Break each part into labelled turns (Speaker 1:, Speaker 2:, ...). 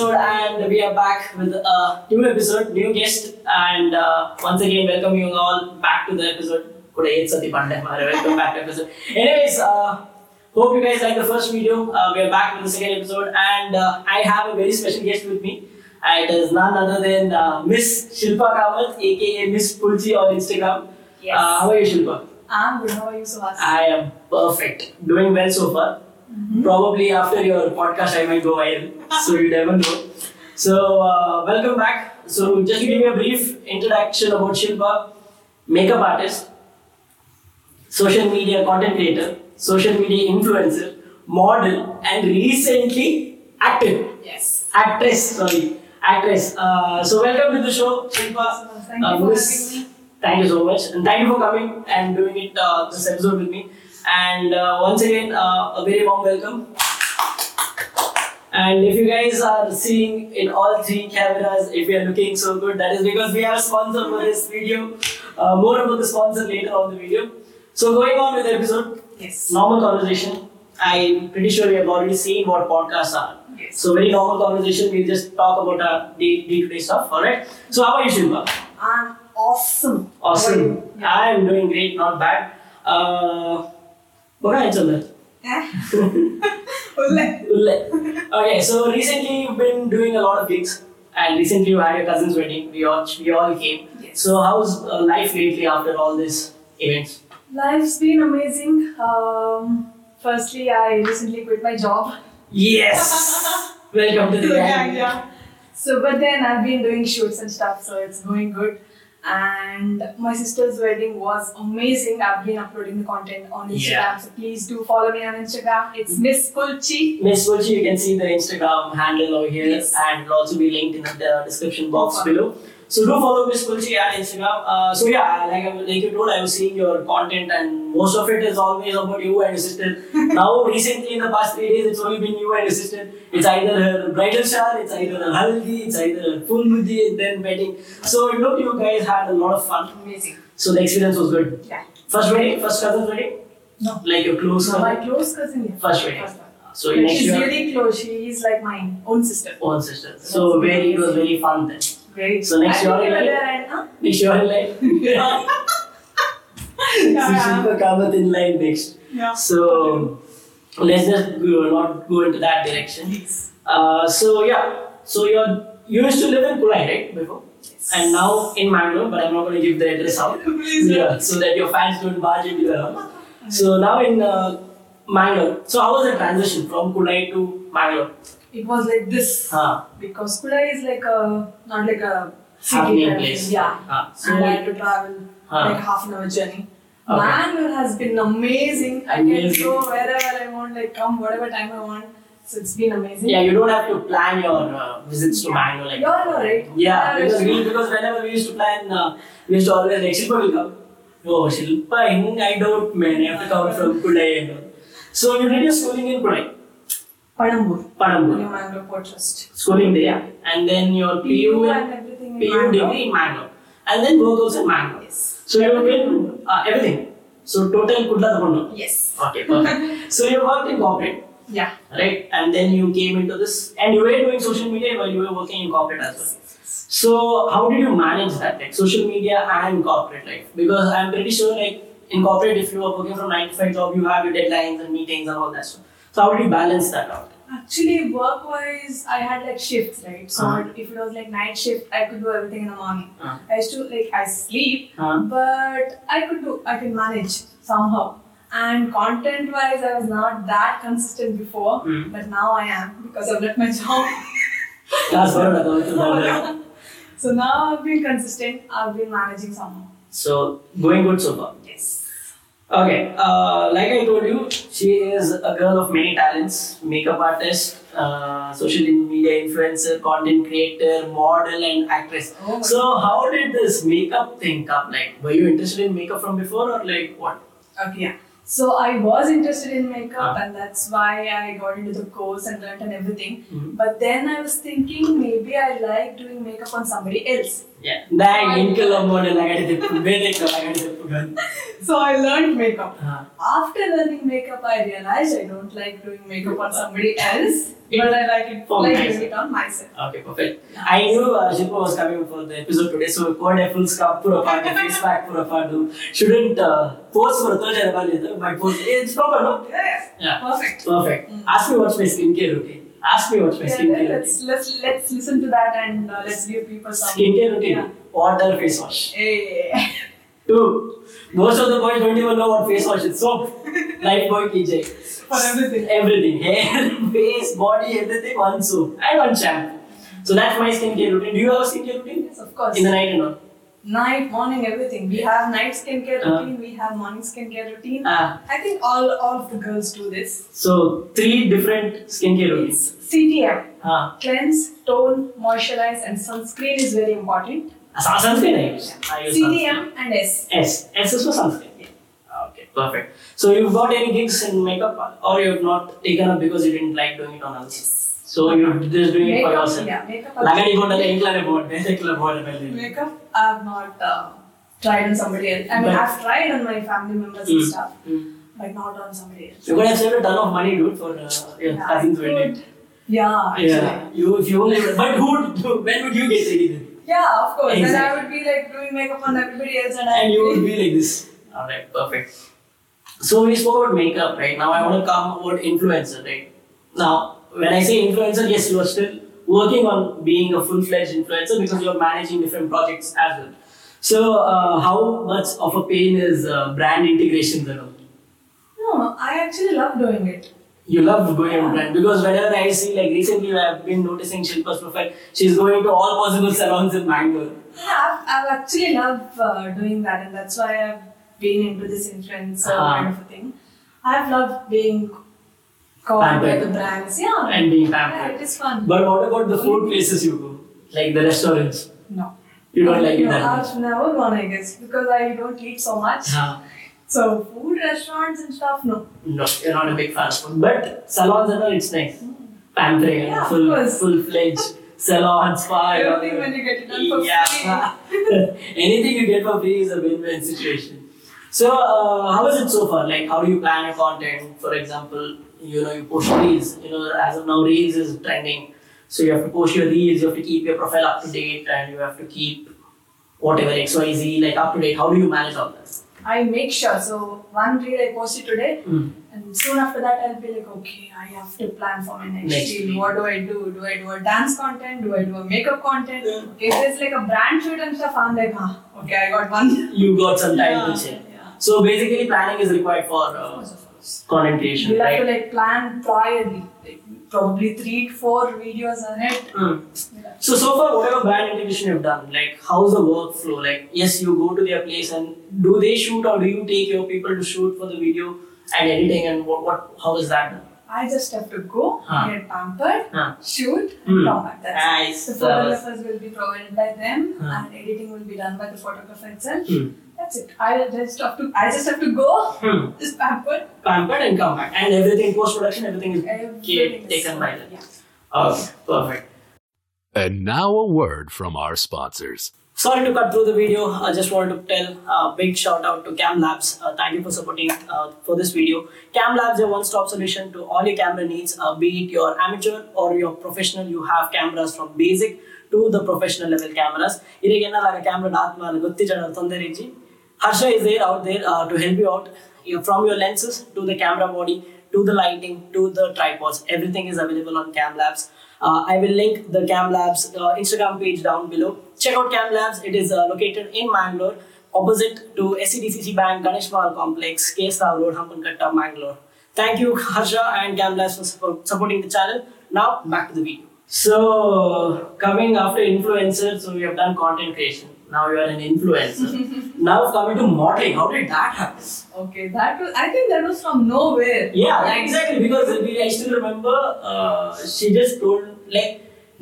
Speaker 1: and we are back with a new episode, new guest, and uh, once again, welcome you all back to the episode. Kuda eight sati pandai mara. Welcome back to episode. Anyways, uh, hope you guys like the first video. Uh, we are back with the second episode, and uh, I have a very special guest with me. Uh, it is none other than uh, Miss Shilpa Kamath, aka Miss Pulsi on Instagram.
Speaker 2: Yes.
Speaker 1: Uh, how are you, Shilpa?
Speaker 2: I'm good. How are you, Suhas?
Speaker 1: I am perfect. Doing well so far. Probably after your podcast, I might go viral. so you never know. So, uh, welcome back. So, just give me a brief introduction about Shilpa, makeup artist, social media content creator, social media influencer, model, and recently active.
Speaker 2: yes.
Speaker 1: Actress, sorry. Actress. Uh, so, welcome to the show, Shilpa.
Speaker 2: So, thank
Speaker 1: Uh,
Speaker 2: you for
Speaker 1: Miss-
Speaker 2: having me.
Speaker 1: Thank you so much, and thank you for coming and doing it uh, this episode with me. And uh, once again, uh, a very warm welcome. And if you guys are seeing in all three cameras, if you are looking so good, that is because we have a sponsor for this video. Uh, more about the sponsor later on the video. So going on with the episode,
Speaker 2: Yes.
Speaker 1: normal conversation. I'm pretty sure you have already seen what podcasts are.
Speaker 2: Yes.
Speaker 1: So very normal conversation. We'll just talk about our day to day stuff. All right. So how are you, Shilpa?
Speaker 2: I'm awesome. How are
Speaker 1: Awesome.
Speaker 2: you? Yeah.
Speaker 1: I am doing great, not bad. Uh, बघा याच्यामध्ये.
Speaker 2: Eh? Ulle.
Speaker 1: उल्लय. okay, so recently you've been doing a lot of gigs, and recently you had your cousin's wedding. We all we all came.
Speaker 2: Yes.
Speaker 1: So how's uh, life lately after all these events?
Speaker 2: Life's been amazing. Um, firstly, I recently quit my job.
Speaker 1: Yes. Welcome to the gang.
Speaker 2: yeah. So, but then I've been doing shoots and stuff, so it's going good. And my sister's wedding was amazing. I've been uploading the content on
Speaker 1: Yeah.
Speaker 2: Instagram, so please do follow me on Instagram. It's Miss Pulchi.
Speaker 1: Miss Vulchi, you can see the Instagram handle over here
Speaker 2: Yes.
Speaker 1: and it'll also be linked in the description box
Speaker 2: Okay.
Speaker 1: below. So do follow Miss Vulchi on Instagram. Uh, so yeah, like, I- like you told, I was seeing your content and most of it is always about you and your sister. now recently in the past three days, it's only been you and your sister. It's either her bridal shower, it's either her haldi, it's either her full mudhi, and then wedding. So it looked you guys had a lot of fun.
Speaker 2: Amazing.
Speaker 1: So the experience was good.
Speaker 2: Yeah.
Speaker 1: First wedding, first cousin's wedding.
Speaker 2: No.
Speaker 1: Like your close
Speaker 2: So my
Speaker 1: cousin.
Speaker 2: close cousin. Yeah.
Speaker 1: First wedding.
Speaker 2: First one.
Speaker 1: So
Speaker 2: Like,
Speaker 1: next
Speaker 2: she's
Speaker 1: year.
Speaker 2: really close. She is like my own sister.
Speaker 1: own sister. So very it was very fun then.
Speaker 2: Great.
Speaker 1: So next
Speaker 2: I
Speaker 1: year I'll
Speaker 2: think you were
Speaker 1: be-
Speaker 2: there and huh?
Speaker 1: Make sure I like
Speaker 2: Yeah.
Speaker 1: Sushil Kamath in line next.
Speaker 2: Yeah.
Speaker 1: So let's just go, not go into that direction. Uh, so yeah, so you're you used to live in Pune, right, before, and now in Mangalore, but I'm not going to give the address out.
Speaker 2: Please.
Speaker 1: Yeah, so that your fans don't barge into the house. So now in uh, Mangalore. So how was the transition from Pune to Mangalore?
Speaker 2: It was like this
Speaker 1: Huh.
Speaker 2: because Kula is like a not like a city
Speaker 1: Happening
Speaker 2: kind of
Speaker 1: place.
Speaker 2: thing. Yeah.
Speaker 1: Huh. So
Speaker 2: and I had to travel
Speaker 1: Huh.
Speaker 2: like half an hour journey.
Speaker 1: Okay.
Speaker 2: Mangalore has been amazing. I can
Speaker 1: Amazing.
Speaker 2: go wherever I want, like come whatever time I want. So it's been amazing.
Speaker 1: Yeah, you don't have to plan your uh, visits to Mangalore. Like,
Speaker 2: You all know, right?
Speaker 1: Yeah,
Speaker 2: Yeah,
Speaker 1: because,
Speaker 2: right.
Speaker 1: we, because whenever we used to plan, uh, we used to always like Shilpa will come. Oh, Shilpa, Hing, I don't man, I have to come from Pune. and all. So you did your schooling in Pune,
Speaker 2: Panambur, New
Speaker 1: Panambur.
Speaker 2: Mangalore Port Trust.
Speaker 1: Schooling there, yeah. And then your PU
Speaker 2: PU
Speaker 1: and
Speaker 2: and everything in
Speaker 1: PU
Speaker 2: Mangalore.
Speaker 1: degree in Mangalore. And then work also in Mangalore.
Speaker 2: Yes.
Speaker 1: So you did uh, everything. So total Kudla Thapunu.
Speaker 2: Yes.
Speaker 1: Okay, perfect. so you worked in corporate,
Speaker 2: Yeah.
Speaker 1: right? And then you came into this, and you were doing social media while you were working in corporate as well. So how did you manage that, like social media and corporate life? Because I'm pretty sure, like in corporate, if you are working from nine to five job, you have your deadlines and meetings and all that stuff. So how did you balance that out?
Speaker 2: Actually, work wise, I had like shifts, right? So
Speaker 1: Uh-huh.
Speaker 2: if it was like night shift, I could do everything in the morning.
Speaker 1: Uh-huh.
Speaker 2: I used to like I sleep,
Speaker 1: Huh?
Speaker 2: but I could do I can manage somehow. And content wise, I was not that consistent before,
Speaker 1: Hmm.
Speaker 2: but now I am because I've left my job.
Speaker 1: That's what I thought about it.
Speaker 2: so now I've been consistent. I've been managing somehow.
Speaker 1: So going good so far.
Speaker 2: Yes.
Speaker 1: Okay, uh, like I told you, she is a girl of many talents: makeup artist, uh, social media influencer, content creator, model, and actress.
Speaker 2: Oh my
Speaker 1: So how did this makeup thing come? Like, were you interested in makeup from before, or like what?
Speaker 2: Okay, yeah. So I was interested in makeup,
Speaker 1: Ah.
Speaker 2: and that's why I got into the course and learnt and everything.
Speaker 1: Mhm.
Speaker 2: But then I was thinking maybe I like doing makeup on somebody else.
Speaker 1: Yeah. Dang, inkel amount lagadittippu bedekku lagadittippu
Speaker 2: So I learned makeup.
Speaker 1: Ah.
Speaker 2: After learning makeup, I realized I don't like doing makeup on somebody else. but I like it.
Speaker 1: For
Speaker 2: like
Speaker 1: myself.
Speaker 2: doing it on myself.
Speaker 1: Okay, perfect. I knew uh, Shilpa was coming for the episode today, so called a full scrub for a part, face back for a part. Shouldn't uh, pose for a third and later. My pose it's proper, no?
Speaker 2: Yeah.
Speaker 1: Yeah.
Speaker 2: Perfect.
Speaker 1: Perfect.
Speaker 2: Mm.
Speaker 1: Ask me what's my skincare routine. Ask me what's my
Speaker 2: Yeah,
Speaker 1: skincare routine.
Speaker 2: let's, let's let's listen to that and uh, let's give people some.
Speaker 1: Skincare routine.
Speaker 2: Yeah.
Speaker 1: Water face wash.
Speaker 2: Hey.
Speaker 1: Two. Most of the boys don't even know what face wash is. Soap. Lifebuoy KJ.
Speaker 2: For everything.
Speaker 1: Everything. Hair, face, body, everything. One soap. And one shampoo. So that's my skincare routine. Do you have a skincare routine?
Speaker 2: Yes, of course.
Speaker 1: In the night and all?
Speaker 2: night, morning, everything. We have night skincare
Speaker 1: Uh-huh.
Speaker 2: routine. We have morning skincare routine.
Speaker 1: Ah.
Speaker 2: I think all all of the girls do this.
Speaker 1: So three different skincare routines.
Speaker 2: It's CTM.
Speaker 1: हाँ
Speaker 2: Cleanse, tone, moisturize, and sunscreen is very important.
Speaker 1: सा- sunscreen I use. I use sunscreen.
Speaker 2: CTM and S.
Speaker 1: S S is for sunscreen. Yeah. Okay, perfect. So you've got any gigs in makeup, or you've not taken up because you didn't like doing it on others. So you're just doing it for
Speaker 2: Makeup,
Speaker 1: yourself.
Speaker 2: yeah, makeup.
Speaker 1: लगा नहीं बोलना इंकला ने बोल इंकला बोल पहले
Speaker 2: Makeup, I've not uh, tried on somebody else. I mean,
Speaker 1: But-
Speaker 2: I've tried on my family members and
Speaker 1: Mm.
Speaker 2: stuff,
Speaker 1: Mm.
Speaker 2: but not on somebody else.
Speaker 1: You could have saved a ton of money, dude, for uh, your
Speaker 2: Yeah,
Speaker 1: cousin's
Speaker 2: I
Speaker 1: wedding.
Speaker 2: could. Yeah,
Speaker 1: Yeah,
Speaker 2: actually.
Speaker 1: you if you only but who would- when would you get anything?
Speaker 2: Yeah, of course. Then I
Speaker 1: Exactly.
Speaker 2: would be like doing makeup on everybody else, and, I
Speaker 1: and you would be like this. Alright, perfect. So we spoke about makeup, right? Now I want to come about influencer, right? Now, when I say influencer, yes, you are still working on being a full-fledged influencer because you're managing different projects as well. So, uh, how much of a pain is uh, brand integration and all?
Speaker 2: No, I actually love doing it.
Speaker 1: You love going on brand because whenever I see, like recently, I've been noticing Shilpa's profile. She's going to all possible salons in Bangalore.
Speaker 2: Yeah, I've, I've actually loved uh, doing that, and that's why I've been into this influencer
Speaker 1: Ah.
Speaker 2: kind of a thing. I've loved being called by
Speaker 1: Pampered.
Speaker 2: the brands. Yeah,
Speaker 1: And being
Speaker 2: yeah,
Speaker 1: pampered.
Speaker 2: it is fun.
Speaker 1: But what about the food places you go, like the restaurants?
Speaker 2: no,
Speaker 1: You don't like it
Speaker 2: No,
Speaker 1: that much.
Speaker 2: I've never gone, I guess, because I don't eat so much.
Speaker 1: Ah,
Speaker 2: So food restaurants and stuff, no.
Speaker 1: no, you're not a big fan of food. But salons and all, it's nice. Pamphlet,
Speaker 2: Mm. Yeah, of
Speaker 1: full,
Speaker 2: course.
Speaker 1: full fledged salon, spa. and all
Speaker 2: Everything when
Speaker 1: that.
Speaker 2: you get it done for
Speaker 1: yeah. Anything you get for free is a win win situation. So, uh, how is it so far? Like, how do you plan your content? For example, you know, you post reels. You know, as of now, reels is trending. So, you have to post your reels, you have to keep your profile up to date, and you have to keep whatever XYZ, like, up to date. How do you manage all that?
Speaker 2: I make sure. So one reel I posted today,
Speaker 1: Mm.
Speaker 2: and soon after that I'll be like, okay, I have to plan for my next,
Speaker 1: Next
Speaker 2: reel.
Speaker 1: reel.
Speaker 2: What do I do? Do I do a dance content? Do I do a makeup content?
Speaker 1: Yeah.
Speaker 2: Okay, if there's like a brand shoot and stuff, I'm like, huh, okay, I got one.
Speaker 1: You got some time
Speaker 2: yeah.
Speaker 1: to check.
Speaker 2: Yeah.
Speaker 1: So basically, planning is required for
Speaker 2: Of
Speaker 1: uh,
Speaker 2: course, of course.
Speaker 1: content creation,
Speaker 2: You'll have
Speaker 1: right?
Speaker 2: to like plan priorly, like probably three, four videos ahead.
Speaker 1: Mm. So so far, whatever brand integration you've done, like how's the workflow? Like yes, you go to their place and do they shoot or do you take your people to shoot for the video and editing and what, what how is that done?
Speaker 2: I just have to go,
Speaker 1: Huh.
Speaker 2: get pampered,
Speaker 1: Huh.
Speaker 2: shoot,
Speaker 1: Hmm.
Speaker 2: and come back. That's it.
Speaker 1: Nice.
Speaker 2: The
Speaker 1: that was-
Speaker 2: photographers will be provided by them,
Speaker 1: Huh.
Speaker 2: and editing will be done by the photographer itself.
Speaker 1: Hmm.
Speaker 2: That's it. I just have to. I just have to go.
Speaker 1: Hmm.
Speaker 2: Just pampered.
Speaker 1: Pampered and come back and everything post production everything is
Speaker 2: Everything is
Speaker 1: taken by them.
Speaker 2: Yeah.
Speaker 1: okay, Oh, perfect.
Speaker 3: And now a word from our sponsors.
Speaker 1: Sorry to cut through the video. I just wanted to tell a big shout out to Cam Labs. Uh, thank you for supporting uh, for this video. Cam Labs is a one-stop solution to all your camera needs, uh, be it your amateur or your professional. You have cameras from basic to the professional level cameras. Irigenna camera ಆತ್ಮ ಗೊತ್ತಿಜನ ತೊಂದರೆ ಇಜ್ಜಿ Harsha is there out there uh, to help you out You- from your lenses to the camera body to the lighting to the tripods. Everything is available on Cam Labs. Uh, I will link the Cam Labs uh, Instagram page down below. Check out Cam Labs. It is uh, located in Mangalore, opposite to E SCDCC Bank, Ganesh Mahal Complex, KSR Road, Hampankatta, Mangalore. Thank you, Harsha and Cam Labs for support- supporting the channel. Now back to the video. So, coming after influencer, so we have done content creation. Now you are an influencer. now coming to modeling, how did that happen?
Speaker 2: Okay, that was. I think that was from nowhere.
Speaker 1: Yeah,
Speaker 2: Like,
Speaker 1: exactly. Because we, I still remember uh, she just told like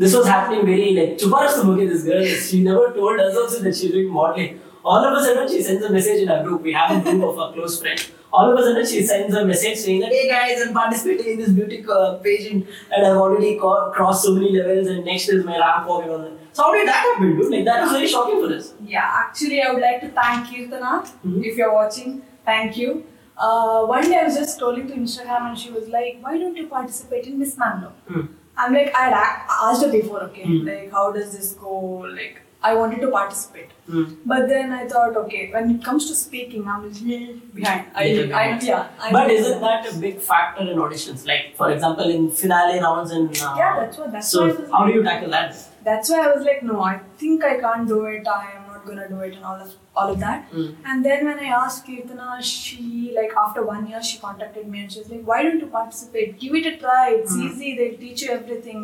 Speaker 1: this was happening very like chuparas to this girl. She never told us also that she's doing modeling. All of a sudden she sends a message in our group. We have a group of our close friends. All of a sudden she sends a message saying that hey guys, I'm participating in this beauty uh, pageant and I've already co- crossed so many levels and next is my rank walk and all that. So how did that happen, dude? Like that was very shocking for us.
Speaker 2: Yeah, actually, I would like to thank Kirtana
Speaker 1: Mhm.
Speaker 2: if you're watching. Thank you. Uh, one day I was just scrolling to Instagram and she was like, Why don't you participate in Miss Mangalore?
Speaker 1: Hmm.
Speaker 2: I'm like I had a- asked her before, okay,
Speaker 1: Hmm.
Speaker 2: like how does this go? Like I wanted to participate,
Speaker 1: Hmm.
Speaker 2: but then I thought, okay, when it comes to speaking, I'm a little behind. I,
Speaker 1: Little
Speaker 2: I,
Speaker 1: behind.
Speaker 2: yeah. I
Speaker 1: But
Speaker 2: know
Speaker 1: isn't that a big factor in auditions? Like, for example, in finale rounds and. Uh,
Speaker 2: Yeah, that's what. That's
Speaker 1: so,
Speaker 2: why. I was
Speaker 1: how do
Speaker 2: like-
Speaker 1: you tackle that?
Speaker 2: That's why I was like, no, I think I can't do it. I am not gonna do it, and all of all of that.
Speaker 1: Mm.
Speaker 2: And then when I asked Kirtana, she like after one year she contacted me and she was like, why don't you participate? Give it a try. It's
Speaker 1: Mm.
Speaker 2: easy. They'll teach you everything.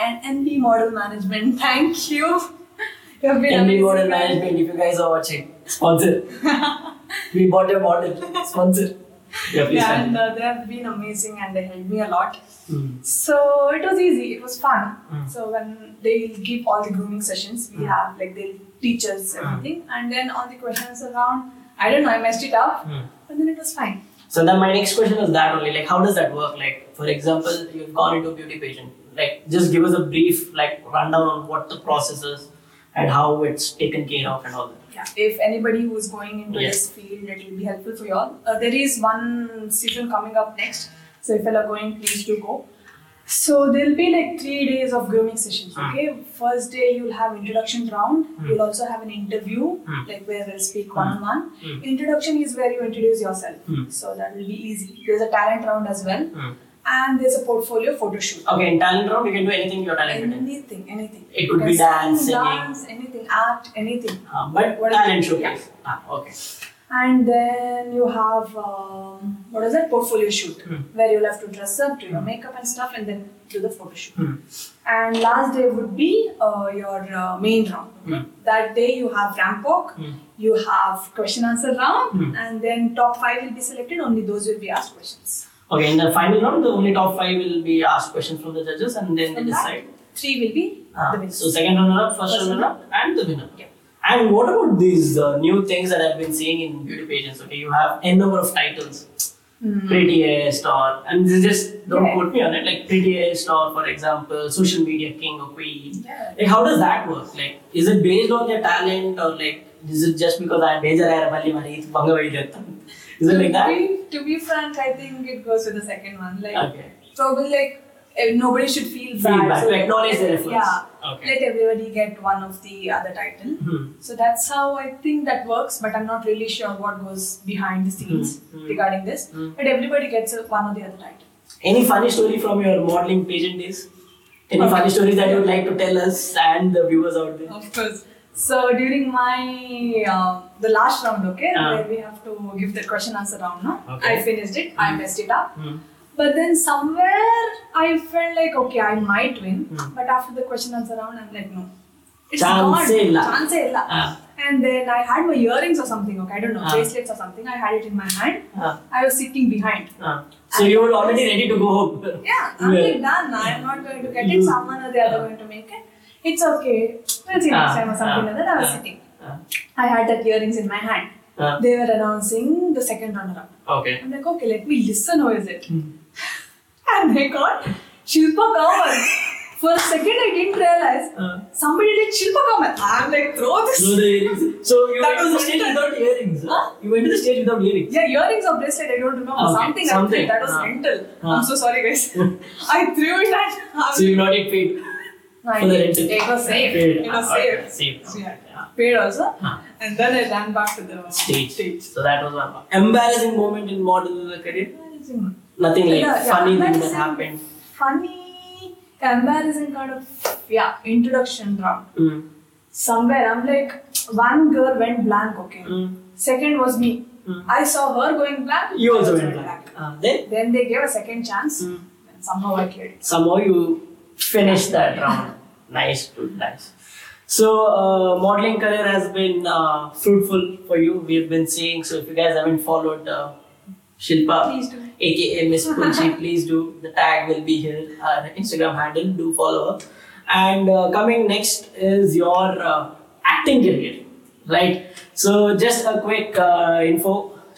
Speaker 2: And NB Model Management, thank you. you have been
Speaker 1: NB
Speaker 2: amazing.
Speaker 1: Model Management, if you guys are watching, sponsor. we bought a model, sponsor. Yeah, please.
Speaker 2: Yeah, and
Speaker 1: thank
Speaker 2: uh, they have been amazing and they helped me a lot.
Speaker 1: Mm.
Speaker 2: So it was easy. It was fun.
Speaker 1: Mm.
Speaker 2: So when they give all the grooming sessions, we
Speaker 1: Mm.
Speaker 2: have like they teach us
Speaker 1: Mm.
Speaker 2: everything, and then all the questions around. I don't know. I messed it up,
Speaker 1: Mm.
Speaker 2: but then it was fine.
Speaker 1: So then my next question is that only like how does that work? Like for example, you've gone into a beauty pageant. Like just give us a brief like rundown on what the process is and how it's taken care of and all that.
Speaker 2: Yeah. If anybody who's going into
Speaker 1: Yeah.
Speaker 2: this field, it will be helpful for you all. Uh, there is one season coming up next, so if you all are going, please do go. So there'll be like three days of grooming sessions.
Speaker 1: Mm.
Speaker 2: Okay, first day you'll have introduction round.
Speaker 1: Mm.
Speaker 2: You'll also have an interview,
Speaker 1: Mm.
Speaker 2: like where they'll speak one on one.
Speaker 1: Mm.
Speaker 2: Introduction is where you introduce yourself,
Speaker 1: Mm.
Speaker 2: so that will be easy. There's a talent round as well,
Speaker 1: Mm.
Speaker 2: and there's a portfolio photo shoot.
Speaker 1: Okay, in talent round you can do anything you're talented in.
Speaker 2: Anything, anything.
Speaker 1: It could be
Speaker 2: You can
Speaker 1: dance,
Speaker 2: sing,
Speaker 1: singing.
Speaker 2: dance, anything, act, anything.
Speaker 1: Uh, but
Speaker 2: Mm-hmm. What is
Speaker 1: talent
Speaker 2: it?
Speaker 1: showcase. Ah, okay.
Speaker 2: And then you have um, what is that portfolio shoot
Speaker 1: Hmm.
Speaker 2: where you'll have to dress up, do your makeup and stuff, and then do the photo shoot.
Speaker 1: Hmm.
Speaker 2: And last day would be uh, your uh, main round. okay? That day you have ramp walk,
Speaker 1: Hmm.
Speaker 2: you have question answer round,
Speaker 1: Hmm.
Speaker 2: and then top five will be selected. Only those will be asked questions.
Speaker 1: Okay, in the final round the only top five will be asked questions from the judges and then they
Speaker 2: From that,
Speaker 1: decide.
Speaker 2: Three will be
Speaker 1: Ah,
Speaker 2: the winners.
Speaker 1: so second runner up, first,
Speaker 2: First
Speaker 1: runner up, and the winner.
Speaker 2: Yeah.
Speaker 1: And what about these uh, new things that I've been seeing in beauty pageants? Okay, you have n number of titles.
Speaker 2: Hmm.
Speaker 1: prettiest or and this is just don't
Speaker 2: Yeah.
Speaker 1: quote me on it like prettiest or for example social media king or queen
Speaker 2: Yeah.
Speaker 1: like how does that work like is it based on their talent or like is it just because i'm major hair malli mari idu banga veyidettam is it like that
Speaker 2: To be, to be frank, I think it goes with the second one. Like
Speaker 1: okay
Speaker 2: probably like eh, nobody should feel bad.
Speaker 1: feedback
Speaker 2: so
Speaker 1: to acknowledge their efforts
Speaker 2: Yeah.
Speaker 1: okay
Speaker 2: Let everybody get one of the other title.
Speaker 1: Hmm.
Speaker 2: So that's how I think that works, but I'm not really sure what goes behind the scenes
Speaker 1: Hmm, hmm.
Speaker 2: regarding this.
Speaker 1: Hmm.
Speaker 2: But everybody gets a, one or the other title.
Speaker 1: any funny story from your modeling pageant days any
Speaker 2: Okay.
Speaker 1: funny stories that you would like to tell us and the viewers out there
Speaker 2: Of course. So during my uh, the last round, okay,
Speaker 1: Ah.
Speaker 2: where we have to give the question answer round, no?
Speaker 1: Okay.
Speaker 2: I finished it. I messed it up.
Speaker 1: Hmm.
Speaker 2: But then somewhere I felt like okay, I might win.
Speaker 1: Hmm.
Speaker 2: But after the question answer round, I'm like no, it's
Speaker 1: Chance
Speaker 2: gone.
Speaker 1: illa.
Speaker 2: Chance illa.
Speaker 1: Ah.
Speaker 2: And then I had my earrings or something. Okay, I don't know
Speaker 1: Ah.
Speaker 2: bracelets or something. I had it in my hand.
Speaker 1: Ah,
Speaker 2: I was sitting behind.
Speaker 1: ah. so you were already ready to go home
Speaker 2: Yeah, I'm
Speaker 1: Yeah. Mm-hmm.
Speaker 2: like done. I'm not going to get
Speaker 1: You-
Speaker 2: it. Someone or the other going to make it. It's okay. We'll see
Speaker 1: Ah,
Speaker 2: next time or something
Speaker 1: ah,
Speaker 2: like that. I was
Speaker 1: ah,
Speaker 2: sitting.
Speaker 1: ah.
Speaker 2: I had that earrings in my hand.
Speaker 1: Ah.
Speaker 2: They were announcing the second runner up.
Speaker 1: okay
Speaker 2: I'm like, okay, let me listen. Who is it?
Speaker 1: Hmm.
Speaker 2: and they got Shilpa Kamal. For a second, I didn't realize
Speaker 1: Ah.
Speaker 2: somebody did Shilpa Kamal. I'm like, throw
Speaker 1: No,
Speaker 2: this.
Speaker 1: the earrings. So you
Speaker 2: That
Speaker 1: went to the
Speaker 2: was
Speaker 1: stage
Speaker 2: mental.
Speaker 1: without earrings.
Speaker 2: Huh?
Speaker 1: You went to the stage without earrings.
Speaker 2: Yeah, earrings or bracelet, I don't remember.
Speaker 1: Okay,
Speaker 2: Something, I
Speaker 1: something.
Speaker 2: think that was
Speaker 1: Ah.
Speaker 2: mental.
Speaker 1: Ah.
Speaker 2: I'm so sorry, guys. I threw it at.
Speaker 1: So you not get paid
Speaker 2: No, I
Speaker 1: for the
Speaker 2: didn't.
Speaker 1: rental.
Speaker 2: It was safe.
Speaker 1: Paid.
Speaker 2: It was
Speaker 1: Ah, okay,
Speaker 2: safe.
Speaker 1: safe.
Speaker 2: So, yeah.
Speaker 1: Ah,
Speaker 2: Paid also.
Speaker 1: Huh.
Speaker 2: And then I ran back to the
Speaker 1: Stage. So that was one embarrassing moment in model career.
Speaker 2: Embarrassing.
Speaker 1: Nothing like
Speaker 2: Yeah, yeah,
Speaker 1: funny thing that
Speaker 2: embarrassing.
Speaker 1: happened.
Speaker 2: Funny, embarrassing kind of yeah introduction round.
Speaker 1: Mm.
Speaker 2: Somewhere I'm like one girl went blank. Okay.
Speaker 1: Mm.
Speaker 2: Second was me.
Speaker 1: Mm.
Speaker 2: I saw her going blank.
Speaker 1: You
Speaker 2: I
Speaker 1: also went back. Ah, then
Speaker 2: Then they gave a second chance.
Speaker 1: Mm.
Speaker 2: And somehow I cleared it.
Speaker 1: somehow you finished that round. Nice, dude, nice. So, uh, modeling career has been uh, fruitful for you. We've been seeing. So, if you guys haven't followed uh, Shilpa,
Speaker 2: Please do.
Speaker 1: aka Miss Punchi, please do. The tag will be here. Her Instagram handle. Do follow her. And uh, coming next is your uh, acting career, right? So, just a quick uh, info.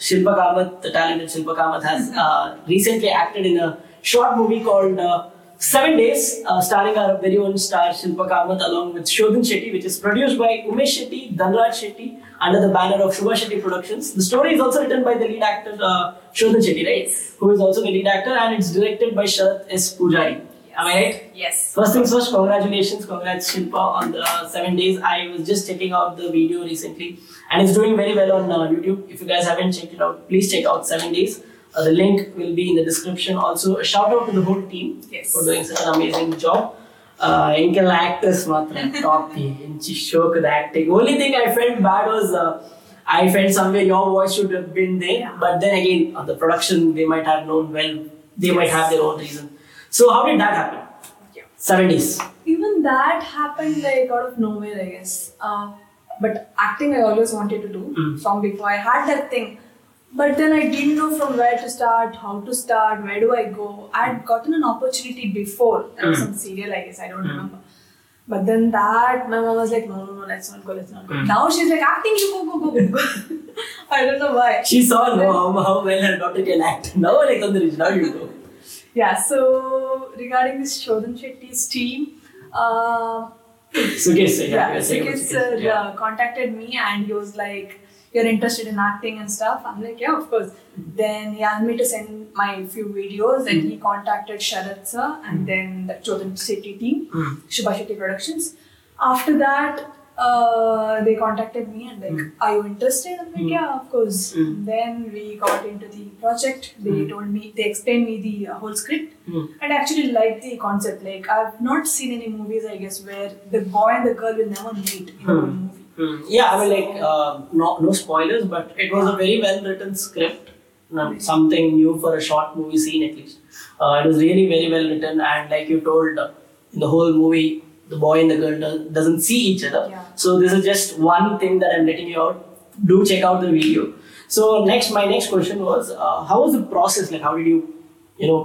Speaker 1: Shilpa Kamath, the talented Shilpa Kamath, has uh, recently acted in a short movie called uh, Seven Days, uh, starring our very own star Shilpa Kamath along with Shodhan Shetty, which is produced by Umesh Shetty, Dhanraj Shetty, under the banner of Shubha Shetty Productions. The story is also written by the lead actor uh, Shodhan Shetty, right? Who is also the lead actor, and it's directed by Sharath S. Pujari. Am I right?
Speaker 2: Yes.
Speaker 1: First things first, congratulations, congrats Shilpa on the uh, seven days. I was just checking out the video recently, and it's doing very well on uh, YouTube. If you guys haven't checked it out, please check out seven days. Uh, the link will be in the description. Also, a shout out to the whole team
Speaker 2: Yes.
Speaker 1: for doing such an amazing job. Uh, Inkal actors matram top inchi show the acting. Only thing I felt bad was uh, I felt somewhere your voice should have been there,
Speaker 2: Yeah.
Speaker 1: but then again, uh, the production they might have known well. They might have their own reason. So how did that happen?
Speaker 2: Yeah.
Speaker 1: Seven days.
Speaker 2: Even that happened like out of nowhere, I guess. Uh, but acting I always wanted to do
Speaker 1: Mm.
Speaker 2: from before. I had that thing. But then I didn't know from where to start, how to start, where do I go. I had gotten an opportunity before. There was
Speaker 1: Mm.
Speaker 2: some serial, I guess, I don't
Speaker 1: Mm.
Speaker 2: remember. But then that, my mom was like, no, no, no, let's not go, let's not go.
Speaker 1: Mm.
Speaker 2: Now she's like, acting, you go, go, go, go. I don't know why.
Speaker 1: She saw no, how, how well her daughter can act. Now like on the now you go.
Speaker 2: Yeah, so regarding this Shodan Shetty's team, um,
Speaker 1: So okay, so yeah,
Speaker 2: yeah,
Speaker 1: you're saying about
Speaker 2: Suket
Speaker 1: Suket,
Speaker 2: sir uh, contacted me and he was like, "You're interested in acting and stuff." I'm like, "Yeah, of course." Then he asked me to send my few videos, and he contacted Sharad sir and then the Chodan City team,
Speaker 1: Mm.
Speaker 2: Shubhashiti Productions. After that, uh, they contacted me and like,
Speaker 1: Mm.
Speaker 2: "Are you interested?" I'm like,
Speaker 1: Mm.
Speaker 2: "Yeah, of course."
Speaker 1: Mm.
Speaker 2: Then we got into the project. They
Speaker 1: Mm.
Speaker 2: told me, they explained me the uh, whole script.
Speaker 1: Mm.
Speaker 2: And I actually like the concept. Like I've not seen any movies, I guess, where the boy and the girl will never meet in a
Speaker 1: Hmm.
Speaker 2: movie.
Speaker 1: Hmm. Yeah, I mean like uh, no, no spoilers, but it was a very well written script. No, something new for a short movie scene at least. Uh, it was really very well written, and like you told, uh, in the whole movie, the boy and the girl do- doesn't see each other.
Speaker 2: Yeah.
Speaker 1: So this is just one thing that I'm letting you out. Do check out the video. So next, my next question was, uh, how was the process? Like, how did you, you know,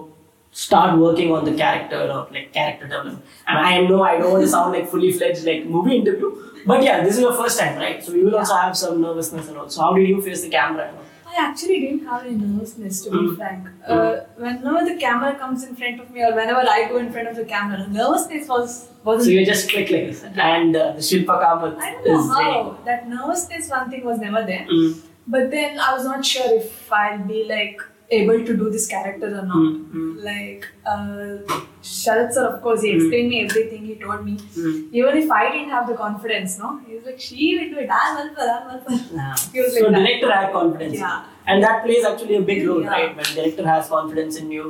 Speaker 1: start working on the character or like character development? And I know I don't want to sound like fully fledged like movie interview, but yeah, this is your first time, right? So you will also have some nervousness and all. So how did you face the camera? and all?
Speaker 2: I actually didn't have any nervousness, to be
Speaker 1: Hmm.
Speaker 2: frank. Uh, whenever the camera comes in front of me, or whenever I go in front of the camera, nervousness was
Speaker 1: So
Speaker 2: wasn't.
Speaker 1: you just click like this, and uh, the Shilpa Kamath
Speaker 2: I don't know
Speaker 1: is very
Speaker 2: how that nervousness one thing was never there.
Speaker 1: Mm,
Speaker 2: But then I was not sure if I'll be like able to do this character or not.
Speaker 1: mm, mm,
Speaker 2: Like uh, Sharad sir, of course, he
Speaker 1: Hmm.
Speaker 2: explained me everything. He told me.
Speaker 1: mm.
Speaker 2: Even if I didn't have the confidence, no, he was like, she will do it. I'm all for, I'm all for.
Speaker 1: Ah.
Speaker 2: He was like
Speaker 1: So
Speaker 2: that.
Speaker 1: director had confidence,
Speaker 2: Yeah.
Speaker 1: and that plays actually a big role,
Speaker 2: Yeah.
Speaker 1: right? When director has confidence in you,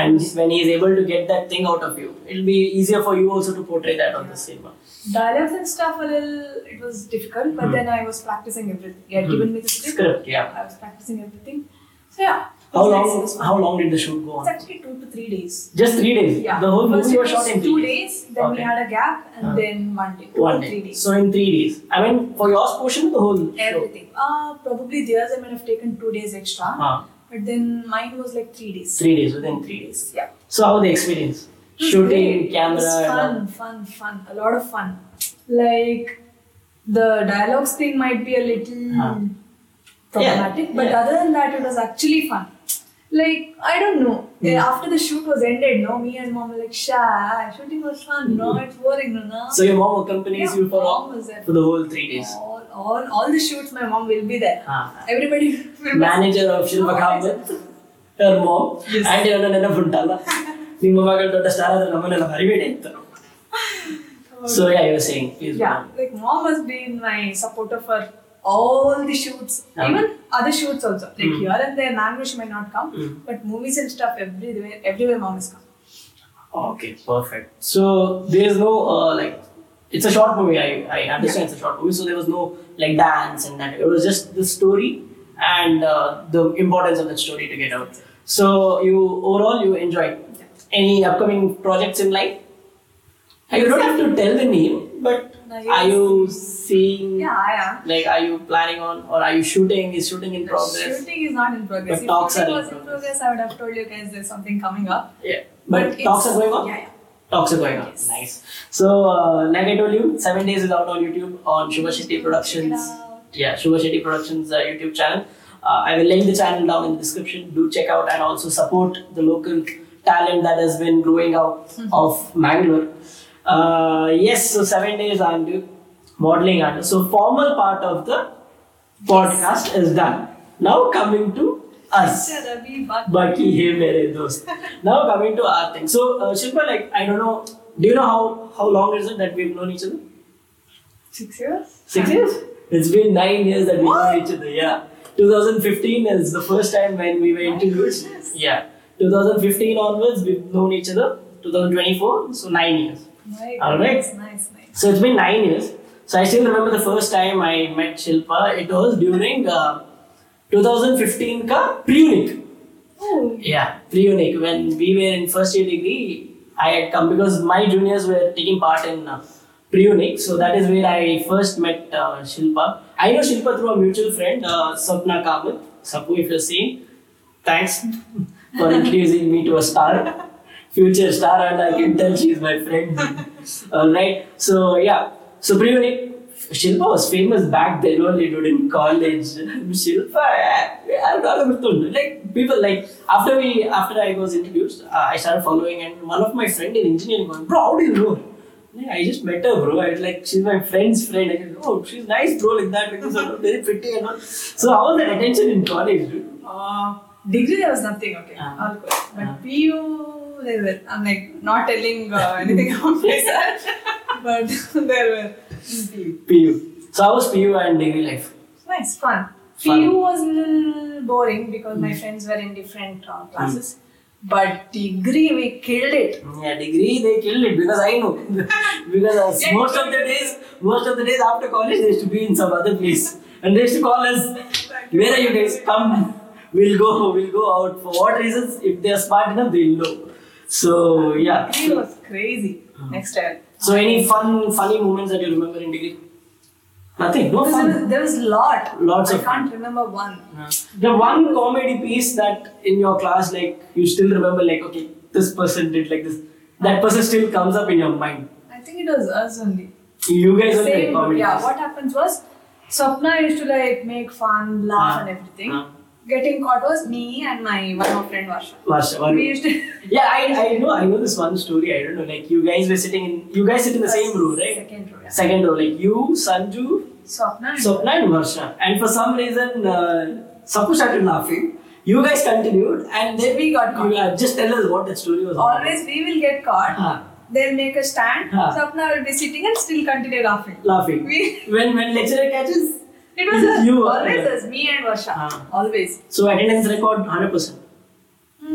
Speaker 1: and when he is able to get that thing out of you, it'll be easier for you also to portray that on the cinema.
Speaker 2: Dialogues and stuff, a little, it was difficult, but then I was practicing everything. He had
Speaker 1: Hmm.
Speaker 2: given me the script.
Speaker 1: Script, yeah.
Speaker 2: I was practicing everything. So, yeah.
Speaker 1: How
Speaker 2: it was nice, it
Speaker 1: long?
Speaker 2: was fun.
Speaker 1: How long did the shoot go
Speaker 2: It's
Speaker 1: on?
Speaker 2: actually two to three days.
Speaker 1: Just three days.
Speaker 2: Yeah.
Speaker 1: The whole
Speaker 2: First
Speaker 1: movie
Speaker 2: it
Speaker 1: was shot in
Speaker 2: two
Speaker 1: three
Speaker 2: days, then we
Speaker 1: Okay.
Speaker 2: had a gap, and
Speaker 1: Uh.
Speaker 2: then one day. Two
Speaker 1: One
Speaker 2: to three
Speaker 1: day.
Speaker 2: days.
Speaker 1: So in three days. I mean, for yours portion, the whole show.
Speaker 2: everything. Uh, probably theirs, I might have taken two days extra,
Speaker 1: Ah,
Speaker 2: but then mine was like three days.
Speaker 1: three days within three days.
Speaker 2: Yeah.
Speaker 1: So how was the experience?
Speaker 2: It was
Speaker 1: Shooting,
Speaker 2: great.
Speaker 1: camera,
Speaker 2: It
Speaker 1: and
Speaker 2: was
Speaker 1: all.
Speaker 2: fun, fun, fun. A lot of fun. Like the dialogues thing might be a little
Speaker 1: Huh.
Speaker 2: problematic, but
Speaker 1: yeah.
Speaker 2: other than that, it was actually fun. Like I don't know.
Speaker 1: Hmm.
Speaker 2: Yeah, After the shoot was ended, no, me and mom were like, "Sha, shooting was fun. No, it's boring, no, no."
Speaker 1: Hmm. So your mom accompanies
Speaker 2: Yeah,
Speaker 1: you for all,
Speaker 2: mom was there.
Speaker 1: for the whole three days.
Speaker 2: all, all, all the shoots, my mom will be there.
Speaker 1: Ah.
Speaker 2: Everybody will be
Speaker 1: Manager of Shilpa Kamath, her mom,
Speaker 2: Yes.
Speaker 1: Aunty ಅವನ ನೆನಪುಂಟಲ್ಲ ನಿಮ್ಮ ಮಗಳು ದೊಡ್ಡ star ಆದ್ರೆ ನಮ್ಮನ್ನೆಲ್ಲ ಮರಿಬೇಡಿ ಅಂತ so yeah you saying please
Speaker 2: Yeah, like mom has been my supporter for all the shoots,
Speaker 1: Yeah.
Speaker 2: even other shoots also. Like
Speaker 1: Mm.
Speaker 2: here and there, Nangu she might not come,
Speaker 1: Mm.
Speaker 2: but movies and stuff everywhere, everywhere mom has come.
Speaker 1: Okay, perfect. So there's no uh, like it's a short movie. I, I understand it's a short movie. So there was no like dance and that. It was just the story and uh, the importance of that story to get out. So you overall you enjoyed any upcoming projects in life? Uh, You don't have to tell the name, but
Speaker 2: No, uh, yes.
Speaker 1: are you seeing?
Speaker 2: Yeah, I am.
Speaker 1: Like, are you planning on, or are you shooting? Is shooting in progress?
Speaker 2: Shooting is not in progress.
Speaker 1: But
Speaker 2: if
Speaker 1: talks
Speaker 2: shooting
Speaker 1: are in
Speaker 2: was in
Speaker 1: progress.
Speaker 2: progress, I would have told you guys there's something coming up.
Speaker 1: Yeah, but,
Speaker 2: it's-
Speaker 1: talks are going on.
Speaker 2: Yeah, yeah.
Speaker 1: Talks are going on.
Speaker 2: Yes.
Speaker 1: Nice. So, uh, like I told you, Seven Days is out on YouTube on Shubha Shetty Productions.
Speaker 2: Check it out.
Speaker 1: Yeah, Shubha Shetty Productions uh, YouTube channel. Uh, I will link the channel down in the description. Do check out and also support the local talent that has been growing out
Speaker 2: Mm-hmm.
Speaker 1: of Mangalore. Uh, yes, so Seven Days I'm doing modeling artist. So, formal part of the podcast is done. Now, coming to us.
Speaker 2: Mr. Ravi Bhakti.
Speaker 1: Baki hai mere dost. Now coming to our thing. So uh, Shilpa, like I don't know, do you know how how long is it that we've known each other?
Speaker 2: Six years?
Speaker 1: Six years? It's been nine years that we know each other. Yeah. 2015 is the first time when we were
Speaker 2: My
Speaker 1: introduced.
Speaker 2: goodness.
Speaker 1: Yeah. 2015 onwards, we've known each other. 2024, so nine years.
Speaker 2: My
Speaker 1: All right.
Speaker 2: goodness, Nice, nice.
Speaker 1: So it's been nine years. So I still remember the first time I met Shilpa. It was during uh, 2015 ka pre-unic.
Speaker 2: Oh,
Speaker 1: Yeah, pre-unic. When we were in first year degree, I had come because my juniors were taking part in uh, pre-unic. So that is where I first met uh, Shilpa. I know Shilpa through a mutual friend, uh, Sapna Kamal. Sapu, if you're seeing, thanks for introducing me to a star, future star, and I can tell she's my friend. All right. So yeah. So pre-unic. Shilpa was famous back then only, dude, in college. Shilpa, I, I don't know, like people like after we after I was introduced, uh, I started following, and one of my friend in engineering going, bro, how do you know? Like, I just met her, bro. I was like, she's my friend's friend. I said, oh, she's nice, bro, like that because I'm very pretty and all. So how was the attention in college, dude?
Speaker 2: Uh, degree there was nothing, okay.
Speaker 1: Ah.
Speaker 2: All good. But
Speaker 1: Ah.
Speaker 2: PU, there were, I'm like not telling uh, anything about myself, but there were in PU.
Speaker 1: PU. So how was PU and degree life?
Speaker 2: Nice, fun.
Speaker 1: Fun. Hmm.
Speaker 2: PU was a little boring because my friends were in different uh, classes. But degree, we killed it.
Speaker 1: Yeah, degree they killed it because I know. because uh,
Speaker 2: Yeah,
Speaker 1: most of the days, most of the days after college, they used to be in some other place, and they used to call us. Where are you guys? Come, we'll go, we'll go out. For what reasons? If they are smart enough, they'll know. So yeah.
Speaker 2: Degree was crazy. Next time.
Speaker 1: Ah. So any fun, funny moments that you remember in degree? Nothing. No
Speaker 2: Because There
Speaker 1: fun.
Speaker 2: was, there was lot.
Speaker 1: Lots
Speaker 2: I
Speaker 1: of
Speaker 2: can't remember one.
Speaker 1: The one comedy piece that in your class, like you still remember, like okay, this person did like this. That person still comes up in your mind.
Speaker 2: I think it was us only.
Speaker 1: You guys are like
Speaker 2: Same,
Speaker 1: comedy.
Speaker 2: yeah,
Speaker 1: class.
Speaker 2: what happens was Swapna used to like make fun, laugh,
Speaker 1: Ah,
Speaker 2: and everything.
Speaker 1: ah.
Speaker 2: Getting caught was me and my one more friend Varsha.
Speaker 1: Varsha, one-
Speaker 2: We used to
Speaker 1: Yeah, I, I know I know this one story. I don't know. Like you guys were sitting in you guys sit in the same row, right?
Speaker 2: Second row. Yeah.
Speaker 1: Second row, like you, Sanju,
Speaker 2: Swapna. and-
Speaker 1: Swapna, and Varsha. And for some reason, uh, Sapu started laughing. You guys continued, and then
Speaker 2: We got
Speaker 1: You, uh, just tell us what that story was. about.
Speaker 2: Always we will get caught.
Speaker 1: Ah.
Speaker 2: They'll make a stand.
Speaker 1: Ah.
Speaker 2: Swapna will be sitting and still continue laughing.
Speaker 1: laughing.
Speaker 2: We-
Speaker 1: when when lecturer catches,
Speaker 2: It was us.
Speaker 1: You are-
Speaker 2: always us. Me and Varsha.
Speaker 1: Ah.
Speaker 2: Always.
Speaker 1: so attendance record hundred percent.
Speaker 2: Mm,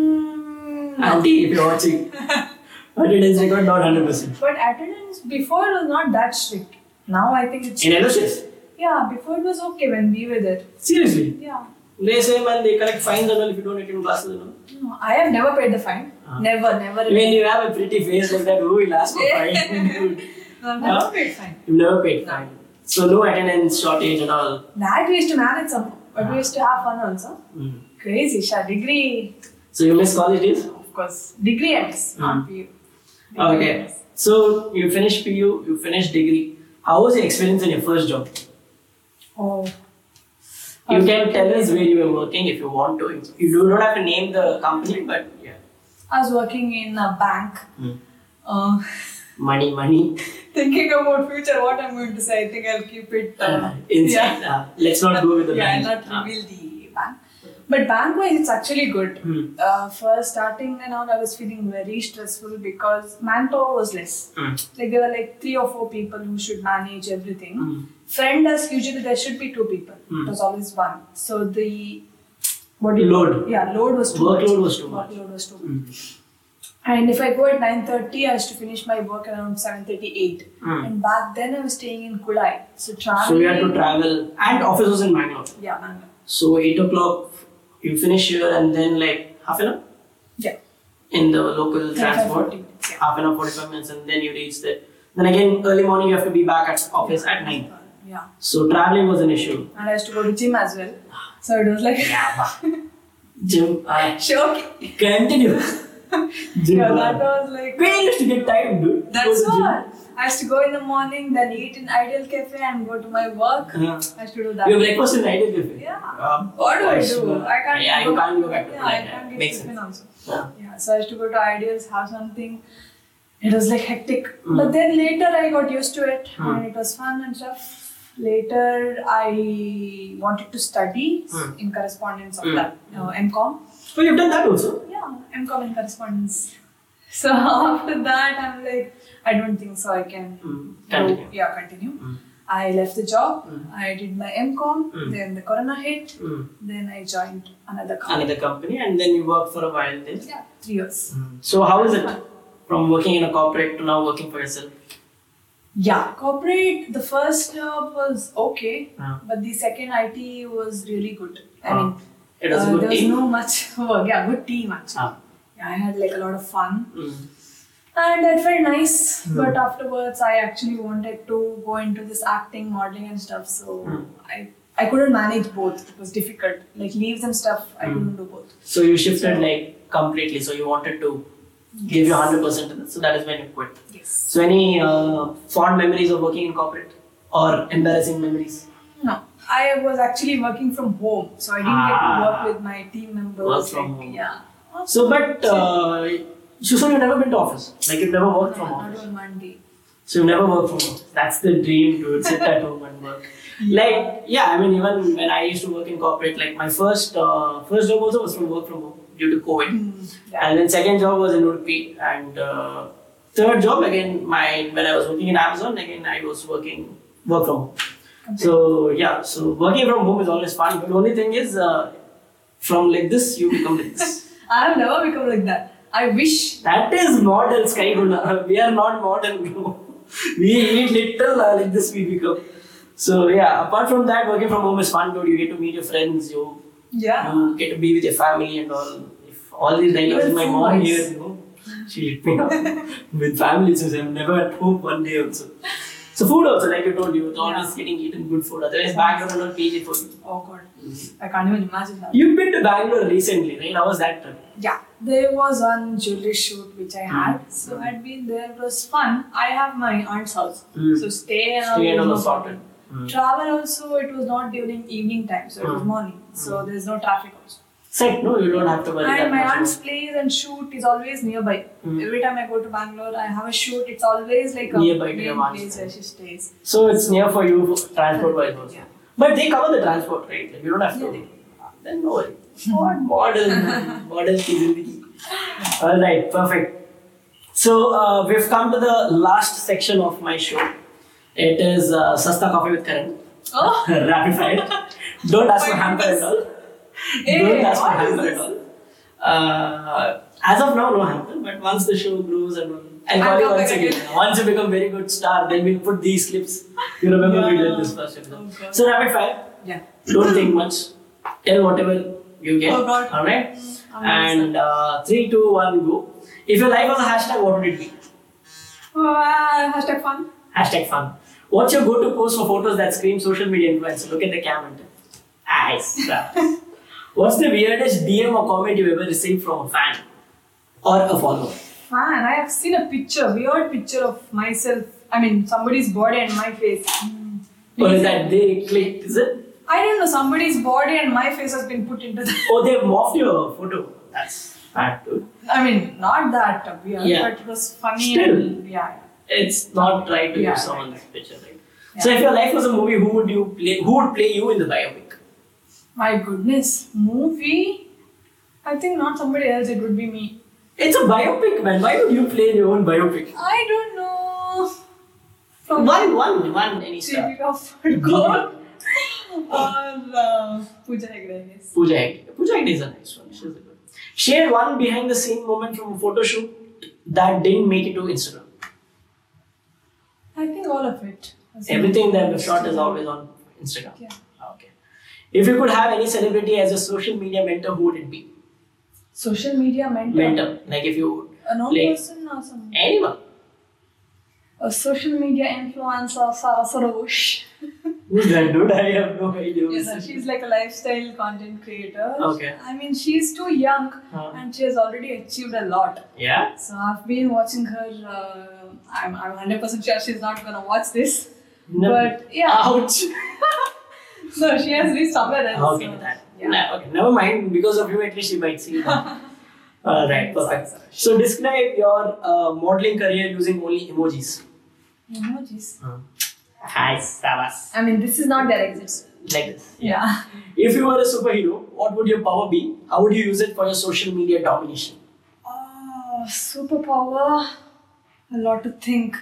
Speaker 2: no.
Speaker 1: Auntie, if you're watching, attendance record not hundred percent.
Speaker 2: But attendance before was not that strict. Now I think it's.
Speaker 1: In NSS,
Speaker 2: Yeah, before it was okay when we were there.
Speaker 1: seriously,
Speaker 2: Yeah.
Speaker 1: they say man they collect fines and all if you don't attend classes and all.
Speaker 2: No, I have never paid the fine.
Speaker 1: Ah.
Speaker 2: Never, never.
Speaker 1: When you have a pretty face like that, who will ask for fine?
Speaker 2: No,
Speaker 1: Huh?
Speaker 2: I've never paid fine.
Speaker 1: You've never paid fine. So no attendance shortage at all.
Speaker 2: That we used to manage somehow, but we used to have fun also.
Speaker 1: Mm.
Speaker 2: Crazy, Shah. Degree,
Speaker 1: So you miss college days?
Speaker 2: of course. Degree ends, not PU. Degree
Speaker 1: Okay.
Speaker 2: ends.
Speaker 1: So you finished PU, you finished degree. How was your experience in your first job?
Speaker 2: Oh.
Speaker 1: You can tell us where you were working if you want to. You do not have to name the company, but yeah.
Speaker 2: I was working in a bank.
Speaker 1: Mm.
Speaker 2: Uh,
Speaker 1: Money, money.
Speaker 2: thinking about future, what I'm going to say. I think I'll keep it. Uh,
Speaker 1: Uh, inside.
Speaker 2: Yeah.
Speaker 1: Uh, let's not go with the
Speaker 2: yeah,
Speaker 1: bank.
Speaker 2: not
Speaker 1: Uh,
Speaker 2: reveal the bank. But bank wise, it's actually good.
Speaker 1: Hmm.
Speaker 2: Uh, for starting and out, I was feeling very stressful because manpower was less.
Speaker 1: Hmm.
Speaker 2: Like there were like three or four people who should manage everything.
Speaker 1: Hmm.
Speaker 2: Friend us usually there should be two people.
Speaker 1: Hmm.
Speaker 2: It was always one. So the
Speaker 1: What do you load?
Speaker 2: yeah load was too much.
Speaker 1: Workload was too much. Hmm.
Speaker 2: Workload was too much. And if I go at 9.30, I used to finish my work around 7.38.
Speaker 1: Hmm.
Speaker 2: And back then I was staying in Kulai. So traveling.
Speaker 1: So you had to travel, and office was in Bangalore.
Speaker 2: Yeah, Mangalore.
Speaker 1: So eight o'clock, you finish here, and then like half an hour
Speaker 2: Yeah.
Speaker 1: in the local
Speaker 2: 45,
Speaker 1: transport,
Speaker 2: 40 minutes, yeah.
Speaker 1: half an hour, forty-five minutes, and then you reach there. Then again, early morning, you have to be back at office at nine.
Speaker 2: Yeah.
Speaker 1: So traveling was an issue.
Speaker 2: and I used to go to gym as well. So it was like
Speaker 1: Gym, I
Speaker 2: sure. okay.
Speaker 1: uh, continue. Gym.
Speaker 2: Yeah, that was like
Speaker 1: Where you used to get time, dude?
Speaker 2: that's
Speaker 1: Go to
Speaker 2: all. I used to go in the morning, then eat in Ideal Cafe and go to my work.
Speaker 1: gym. Uh,
Speaker 2: I used to do
Speaker 1: Your
Speaker 2: that.
Speaker 1: breakfast is ideal cafe.
Speaker 2: Yeah.
Speaker 1: Um,
Speaker 2: What do I
Speaker 1: or
Speaker 2: do?
Speaker 1: sugar.
Speaker 2: I can't.
Speaker 1: Yeah, you can't go back to
Speaker 2: yeah,
Speaker 1: like
Speaker 2: I
Speaker 1: that.
Speaker 2: can't get
Speaker 1: Makes
Speaker 2: tiffin
Speaker 1: sense.
Speaker 2: also.
Speaker 1: Yeah.
Speaker 2: Yeah, so I used to go to Ideals, have something.
Speaker 1: Hmm.
Speaker 2: It was like hectic, but then later I got used to it, and it was fun and stuff. Later, I wanted to study
Speaker 1: Hmm.
Speaker 2: in correspondence of
Speaker 1: Hmm.
Speaker 2: that uh, MCOM.
Speaker 1: So you've done that also.
Speaker 2: Yeah, MCOM in correspondence. So after that, I'm like, I don't think so. I can
Speaker 1: Mm.
Speaker 2: go,
Speaker 1: Continue.
Speaker 2: yeah, continue.
Speaker 1: Mm.
Speaker 2: I left the job.
Speaker 1: Mm.
Speaker 2: I did my MCOM.
Speaker 1: Mm.
Speaker 2: Then the corona hit.
Speaker 1: Mm.
Speaker 2: Then I joined another company.
Speaker 1: Another company, and then you worked for a while there.
Speaker 2: Yeah, three years.
Speaker 1: So how is it from working in a corporate to now working for yourself?
Speaker 2: Yeah, corporate. The first job was okay,
Speaker 1: Ah.
Speaker 2: but the second IT was really good. I
Speaker 1: Ah.
Speaker 2: mean,
Speaker 1: It was
Speaker 2: uh,
Speaker 1: a good
Speaker 2: there was
Speaker 1: team.
Speaker 2: no much work. Yeah, good team actually.
Speaker 1: Ah.
Speaker 2: Yeah, I had like a lot of fun.
Speaker 1: Mm.
Speaker 2: And that felt nice,
Speaker 1: Hmm.
Speaker 2: but afterwards I actually wanted to go into this acting, modeling, and stuff. So
Speaker 1: Hmm.
Speaker 2: I I couldn't manage both. It was difficult. Like leaves and stuff, I
Speaker 1: Hmm.
Speaker 2: couldn't do both.
Speaker 1: So you shifted like completely. So you wanted to give your hundred percent to this. So that is when you quit.
Speaker 2: Yes.
Speaker 1: So any uh, fond memories of working in corporate or embarrassing memories?
Speaker 2: No, I was actually working from home, so I didn't
Speaker 1: Ah.
Speaker 2: get to work with my team members.
Speaker 1: Work from
Speaker 2: like,
Speaker 1: home.
Speaker 2: Yeah.
Speaker 1: So, but uh, so, so you've never been to office. Like you've never worked from
Speaker 2: Not
Speaker 1: office.
Speaker 2: on Monday.
Speaker 1: So you never work from home. That's the dream, dude. Sit at home and work. Like yeah, I mean even when I used to work in corporate, like my first uh, first job also was from work from home due to COVID.
Speaker 2: Hmm. Yeah.
Speaker 1: And then second job was in Udupi. And uh, third job again, my when I was working in Amazon, again I was working work from home. So yeah, so working from home is always fun. But only thing is, uh, from like this you become like this.
Speaker 2: I have never become like that. I wish.
Speaker 1: that is model Sky Guna. We are not model. bro. we we literal are like this we become. So yeah, apart from that, working from home is fun, dude. You get to meet your friends. You
Speaker 2: Yeah.
Speaker 1: you get to be with your family and all. If all these regulars
Speaker 2: Even
Speaker 1: my
Speaker 2: food
Speaker 1: mom
Speaker 2: wise.
Speaker 1: here, you know, she hit me up with family since I'm never at home one day also. So food also, like you told you, it's always
Speaker 2: Yeah.
Speaker 1: getting eaten good food. Otherwise, Bangalore will not pay it for you.
Speaker 2: Oh god, I can't even imagine that.
Speaker 1: You've been to Bangalore recently, right? How was that trip?
Speaker 2: Yeah, there was one jewelry shoot which I
Speaker 1: Hmm.
Speaker 2: had. So I'd been there, it was fun. I have my aunt's house.
Speaker 1: Mm.
Speaker 2: So stay
Speaker 1: Stay
Speaker 2: and
Speaker 1: and
Speaker 2: all
Speaker 1: all
Speaker 2: no
Speaker 1: was sorted. Hmm.
Speaker 2: problem. Travel also, it was not during evening time, so it was morning. So there's no traffic also.
Speaker 1: Said no, you don't have to worry Hmm. that
Speaker 2: And my
Speaker 1: much.
Speaker 2: aunt's place and shoot is always nearby.
Speaker 1: Mm.
Speaker 2: Every time I go to Bangalore, I have a shoot. It's always like a
Speaker 1: Nearby to
Speaker 2: main
Speaker 1: your aunt's
Speaker 2: place
Speaker 1: place.
Speaker 2: where she stays.
Speaker 1: So it's near for you for transport wise also.
Speaker 2: Yeah.
Speaker 1: But they cover the transport, right? Like you don't have to.
Speaker 2: Yeah.
Speaker 1: Then no worry.
Speaker 2: Oh,
Speaker 1: What model? model ki zindagi. All right, perfect. So uh, we've come to the last section of my show. It is uh, Sasta Coffee with Karan.
Speaker 2: Oh,
Speaker 1: Rapid fire. Don't ask for
Speaker 2: My
Speaker 1: hamper at
Speaker 2: goodness.
Speaker 1: all.
Speaker 2: hey,
Speaker 1: Don't ask for
Speaker 2: what is
Speaker 1: hamper at
Speaker 2: this?
Speaker 1: all. Uh, as of now, no hamper. But once the show grows and all, I'll
Speaker 2: I'll
Speaker 1: call you
Speaker 2: come
Speaker 1: once
Speaker 2: back
Speaker 1: again.
Speaker 2: again.
Speaker 1: Once you become very good star, then we'll put these clips. You remember we did
Speaker 2: Yeah.
Speaker 1: this first
Speaker 2: Oh,
Speaker 1: episode.
Speaker 2: God.
Speaker 1: so rapid fire.
Speaker 2: Yeah.
Speaker 1: Don't think much. Tell whatever you get.
Speaker 2: Oh, God.
Speaker 1: All right.
Speaker 2: I'm
Speaker 1: And uh, three, two, one, go. If your life was a hashtag, what would it be?
Speaker 2: Wow, Oh, ah, hashtag fun.
Speaker 1: Hashtag fun. What's your go-to post for photos that scream social media influencer? Look at the cam and tell. Ah, it's crap. What's the weirdest DM or comment you ever received from a fan or a follower?
Speaker 2: Man, I have seen a picture, weird picture of myself. I mean, somebody's body and my face.
Speaker 1: Or Hmm. is that they clicked? Is it?
Speaker 2: I don't know. Somebody's body and my face has been put into that.
Speaker 1: Oh, they morphed your photo. That's bad, dude.
Speaker 2: I mean, not that weird,
Speaker 1: Yeah.
Speaker 2: but it was funny.
Speaker 1: Still.
Speaker 2: And, yeah.
Speaker 1: It's not right to
Speaker 2: Yeah.
Speaker 1: give someone that picture, right? So, if your life was a movie, who would you play? Who would play you in the biopic?
Speaker 2: My goodness, movie. I think not somebody else. It would be me.
Speaker 1: It's a biopic, man. Why would you play your own biopic?
Speaker 2: I don't know. From
Speaker 1: One, one, one, any star.
Speaker 2: Deepika Padukone or uh, Pooja Hegde, I guess.
Speaker 1: Pooja Hegde. Pooja Hegde is a nice one. She's a good. Share one behind the scene moment from a photo shoot that didn't make it to Instagram.
Speaker 2: I think all of it.
Speaker 1: Everything that we've shot is always on Instagram.
Speaker 2: Yeah.
Speaker 1: Okay. If you could have any celebrity as a social media mentor, who would it be?
Speaker 2: Social media mentor.
Speaker 1: Mentor. Like if you
Speaker 2: A known
Speaker 1: Like-
Speaker 2: person or someone.
Speaker 1: anyone.
Speaker 2: A social media influencer, Sarah Sarosh.
Speaker 1: Who's that dude? I have no idea.
Speaker 2: Yes, sir, she's like a lifestyle content creator.
Speaker 1: Okay.
Speaker 2: I mean, she's too young
Speaker 1: Huh.
Speaker 2: and she has already achieved a lot.
Speaker 1: Yeah.
Speaker 2: So I've been watching her. Uh, I'm, I'm 100% sure she's not gonna watch this. But yeah.
Speaker 1: Ouch.
Speaker 2: No, she has reached somewhere else.
Speaker 1: Okay.
Speaker 2: so,
Speaker 1: That.
Speaker 2: Yeah.
Speaker 1: Nah, okay. Never mind. Because of you, at least she might see. All right. Perfect.
Speaker 2: Sorry, sorry.
Speaker 1: So describe your uh, modeling career using only emojis.
Speaker 2: Emojis.
Speaker 4: Hi, Savas.
Speaker 5: I mean, this is not their exit.
Speaker 4: Like this.
Speaker 5: Yeah.
Speaker 1: If you were a superhero, what would your power be? How would you use it for your social media domination?
Speaker 2: Oh, superpower. A lot to think.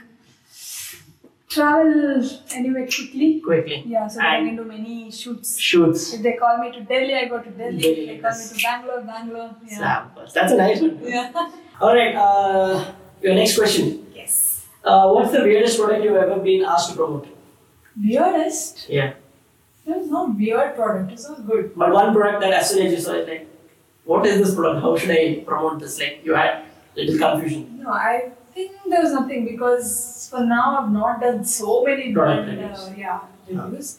Speaker 2: Travel anywhere quickly.
Speaker 4: Quickly.
Speaker 2: Yeah, so that I
Speaker 4: And-
Speaker 2: can do many shoots.
Speaker 1: Shoots.
Speaker 2: If they call me to Delhi, I go to Delhi.
Speaker 1: Delhi,
Speaker 2: If they call me
Speaker 1: yes.
Speaker 2: to Bangalore, Bangalore. Yeah.
Speaker 4: Savas.
Speaker 1: That's a nice one.
Speaker 2: Yeah.
Speaker 1: All right. Uh, your next question.
Speaker 2: yes.
Speaker 1: Uh, what's the weirdest product you've ever been asked to promote?
Speaker 2: Weirdest?
Speaker 4: Yeah.
Speaker 2: There was no weird product. It's all good.
Speaker 1: But one product that as soon as you saw it, like, what is this product? How should I promote this? Like, you had little confusion.
Speaker 2: No, I think there was nothing because for now I've not done so many
Speaker 1: Product
Speaker 2: brand,
Speaker 1: reviews.
Speaker 2: Uh, yeah, reviews.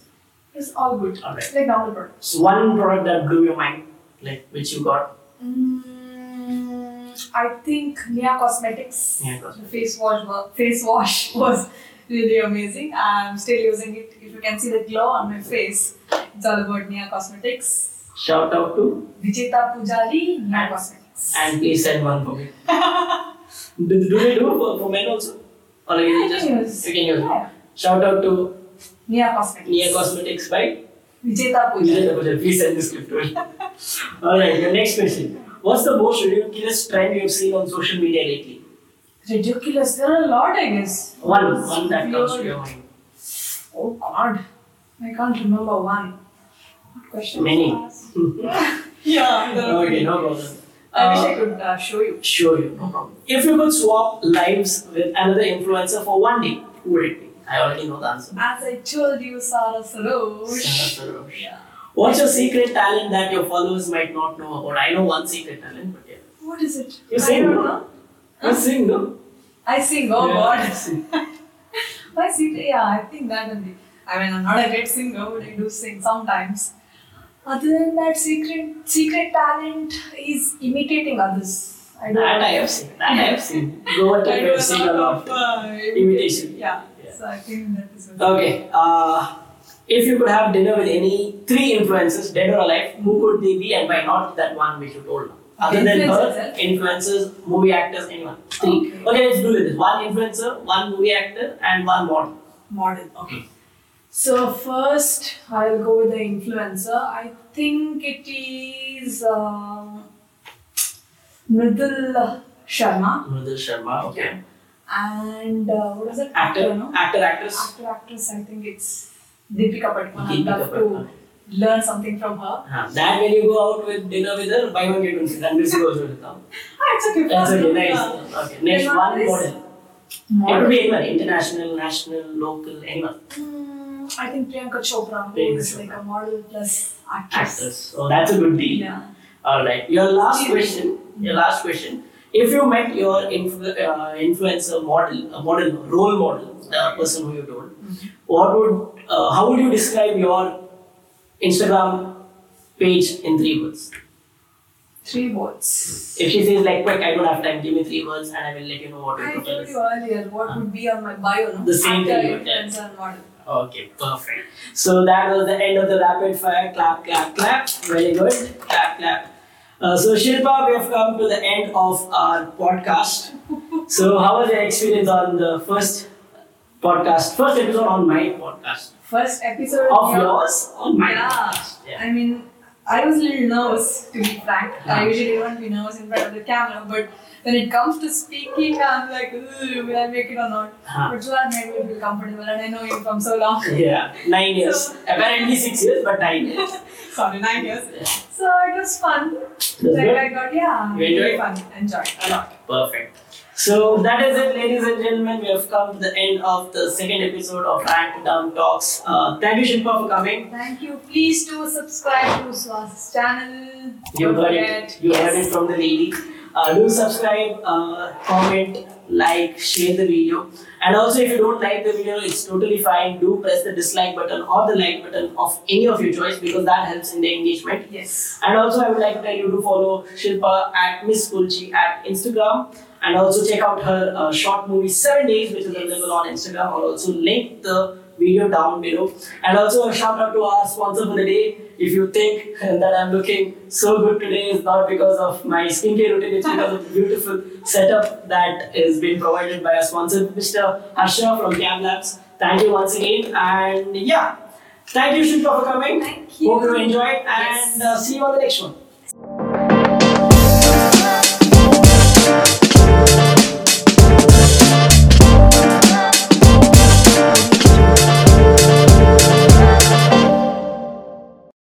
Speaker 2: It's all good.
Speaker 1: All right.
Speaker 2: It's like normal product.
Speaker 1: So one product that blew your mind, like which you got.
Speaker 2: Mm, I think Mia Cosmetics,
Speaker 1: Mia Cosmetics.
Speaker 2: the face wash, wa- face wash was really amazing. I'm still using it. If you can see the glow on my face, it's all about Mia Cosmetics.
Speaker 1: Shout out to
Speaker 2: Vijeta Pujari, Mia
Speaker 1: And-
Speaker 2: Cosmetics.
Speaker 1: and please send one for me. do, do they do for, for men also? Or like,
Speaker 2: Yeah,
Speaker 1: you just
Speaker 2: you can use.
Speaker 1: you can use.
Speaker 2: Yeah.
Speaker 1: Shout out to
Speaker 2: Mia Cosmetics.
Speaker 1: Nia Cosmetics by
Speaker 2: Vijeta Pujari.
Speaker 1: Vijay Dabuja. Please send this gift to me. All right. Your next question. What's the most ridiculous trend you've seen on social media lately?
Speaker 2: Ridiculous. There are a lot, I guess.
Speaker 1: One,
Speaker 2: It's
Speaker 1: one that comes to
Speaker 2: weird.
Speaker 1: your mind.
Speaker 2: Oh God, I can't remember one. What question?
Speaker 1: Many.
Speaker 2: Yeah. there are
Speaker 1: okay,
Speaker 2: many.
Speaker 1: no problem.
Speaker 2: I wish I could uh, show you.
Speaker 1: Sure, you no problem. If you could swap lives with another influencer for one day, who would it be? I already know the answer.
Speaker 2: As I told you, Sara Sarosh.
Speaker 1: Sarah Sarosh.
Speaker 2: Yeah.
Speaker 1: What's your secret talent that your followers might not know about? I know one secret talent, but yeah.
Speaker 2: What is it?
Speaker 1: You
Speaker 2: I
Speaker 1: sing,
Speaker 2: don't
Speaker 1: no?
Speaker 2: know.
Speaker 1: You sing, no?
Speaker 2: I sing. Oh
Speaker 1: Yeah,
Speaker 2: God.
Speaker 1: sing.
Speaker 2: My secret. Yeah, I think that only. I mean, I'm not a great singer, but I do sing sometimes. Other than that, secret secret talent is imitating others. I don't
Speaker 1: That I
Speaker 2: know.
Speaker 1: have seen. That I have seen. Go and
Speaker 2: I
Speaker 1: take
Speaker 2: do
Speaker 1: a
Speaker 2: a
Speaker 1: sing a lot.
Speaker 2: lot of uh,
Speaker 1: Imitation.
Speaker 2: Yeah.
Speaker 1: Yeah.
Speaker 2: So I think that is what-
Speaker 1: Okay. Uh, if you could have dinner with any three influencers, dead or alive, who could they be and why not that one we should hold? Other than her, influencers, movie actors, anyone. Three. Okay, let's do this. One influencer, one movie actor, and one model.
Speaker 2: model. Okay. So first, I'll go with the influencer. I think it is um, Mridul Sharma
Speaker 1: Mridul Sharma. Okay.
Speaker 2: and uh, what is it?
Speaker 1: Actor,
Speaker 2: no?
Speaker 1: actor, actress.
Speaker 2: Actor, actress. I think it's Deepika Padukone. I'd
Speaker 1: Deepika
Speaker 2: love
Speaker 1: Padukone.
Speaker 2: to learn something from her.
Speaker 1: Uh, that when you go out with dinner with her, buy one get one free. And this goes with them.
Speaker 2: Ah, it's okay.
Speaker 1: That's
Speaker 2: first,
Speaker 1: okay.
Speaker 2: uh,
Speaker 1: Nice. Okay. Next
Speaker 2: then
Speaker 1: one
Speaker 2: is
Speaker 1: model. It
Speaker 2: model.
Speaker 1: could be anyone, international, national, local, anyone.
Speaker 2: Hmm, I think Priyanka Chopra, who
Speaker 1: Priyanka
Speaker 2: is like
Speaker 1: Chopra.
Speaker 2: a model plus actress.
Speaker 1: Actress. Oh, that's a good deal.
Speaker 2: Yeah.
Speaker 1: All right. Your last
Speaker 2: Yeah.
Speaker 1: question. Your last question. If you met your influ- uh, influencer model, uh, model role model, the person who you told,
Speaker 2: Mm-hmm.
Speaker 1: what would, uh, how would you describe your Instagram page in three words?
Speaker 2: Three words.
Speaker 1: If she says like, "Quick, I don't have time. Give me three words, and I will let you know what your
Speaker 2: I
Speaker 1: profile
Speaker 2: told
Speaker 1: is."
Speaker 2: you earlier what would be on my bio. No?
Speaker 1: The same
Speaker 2: Actor,
Speaker 1: thing, yeah.
Speaker 2: influencer, and model.
Speaker 1: Okay, perfect. So that was the end of the rapid fire. Clap, clap, clap. Very good. Clap, clap. Uh, so Shilpa, we have come to the end of our podcast. So how was your experience on the first podcast, first episode on my podcast
Speaker 2: First episode
Speaker 1: of
Speaker 2: yeah.
Speaker 1: yours on my
Speaker 2: Yeah.
Speaker 1: podcast? Yeah.
Speaker 2: I mean, I was a little nervous to be frank. I usually don't be nervous in front of the camera, but when it comes to speaking, I'm like, "Ugh, will I make it or not?
Speaker 1: Huh.
Speaker 2: But you are made me feel comfortable, and I know you from so long.
Speaker 1: Yeah, nine years.
Speaker 2: So-
Speaker 1: Apparently six years, but nine years.
Speaker 2: Sorry, nine years.
Speaker 1: Yeah.
Speaker 2: So it was fun.
Speaker 1: That's
Speaker 2: like
Speaker 1: good.
Speaker 2: I got yeah,
Speaker 1: You enjoyed?
Speaker 2: really fun. Enjoyed a lot.
Speaker 1: Perfect. So that is it, ladies and gentlemen. We have come to the end of the second episode of Rant Down Talks. Uh, thank you, Shilpa, for coming.
Speaker 2: Thank you. Please do subscribe to Swas channel.
Speaker 1: You
Speaker 2: Don't
Speaker 1: heard
Speaker 2: forget.
Speaker 1: it. You heard it from the lady. Uh, do subscribe, uh, comment, like, share the video. And also, if you don't like the video, it's totally fine. Do press the dislike button or the like button of any of your choice because that helps in the engagement.
Speaker 2: Yes.
Speaker 1: And also, I would like to tell you to follow Shilpa at Miss Kulchi at Instagram. And also check out her uh, short movie Seven Days, which is available on Instagram. I'll also link the video down below. And also a shout out to our sponsor for the day. If you think that I'm looking so good today, it's not because of my skincare routine, it's because of the beautiful setup that is being provided by our sponsor, Mr. Harsha from Cam Labs. Thank you once again, and yeah, thank you Shilpa for coming.
Speaker 2: Thank you.
Speaker 1: Hope you enjoyed, and
Speaker 2: Yes.
Speaker 1: uh, see you on the next one.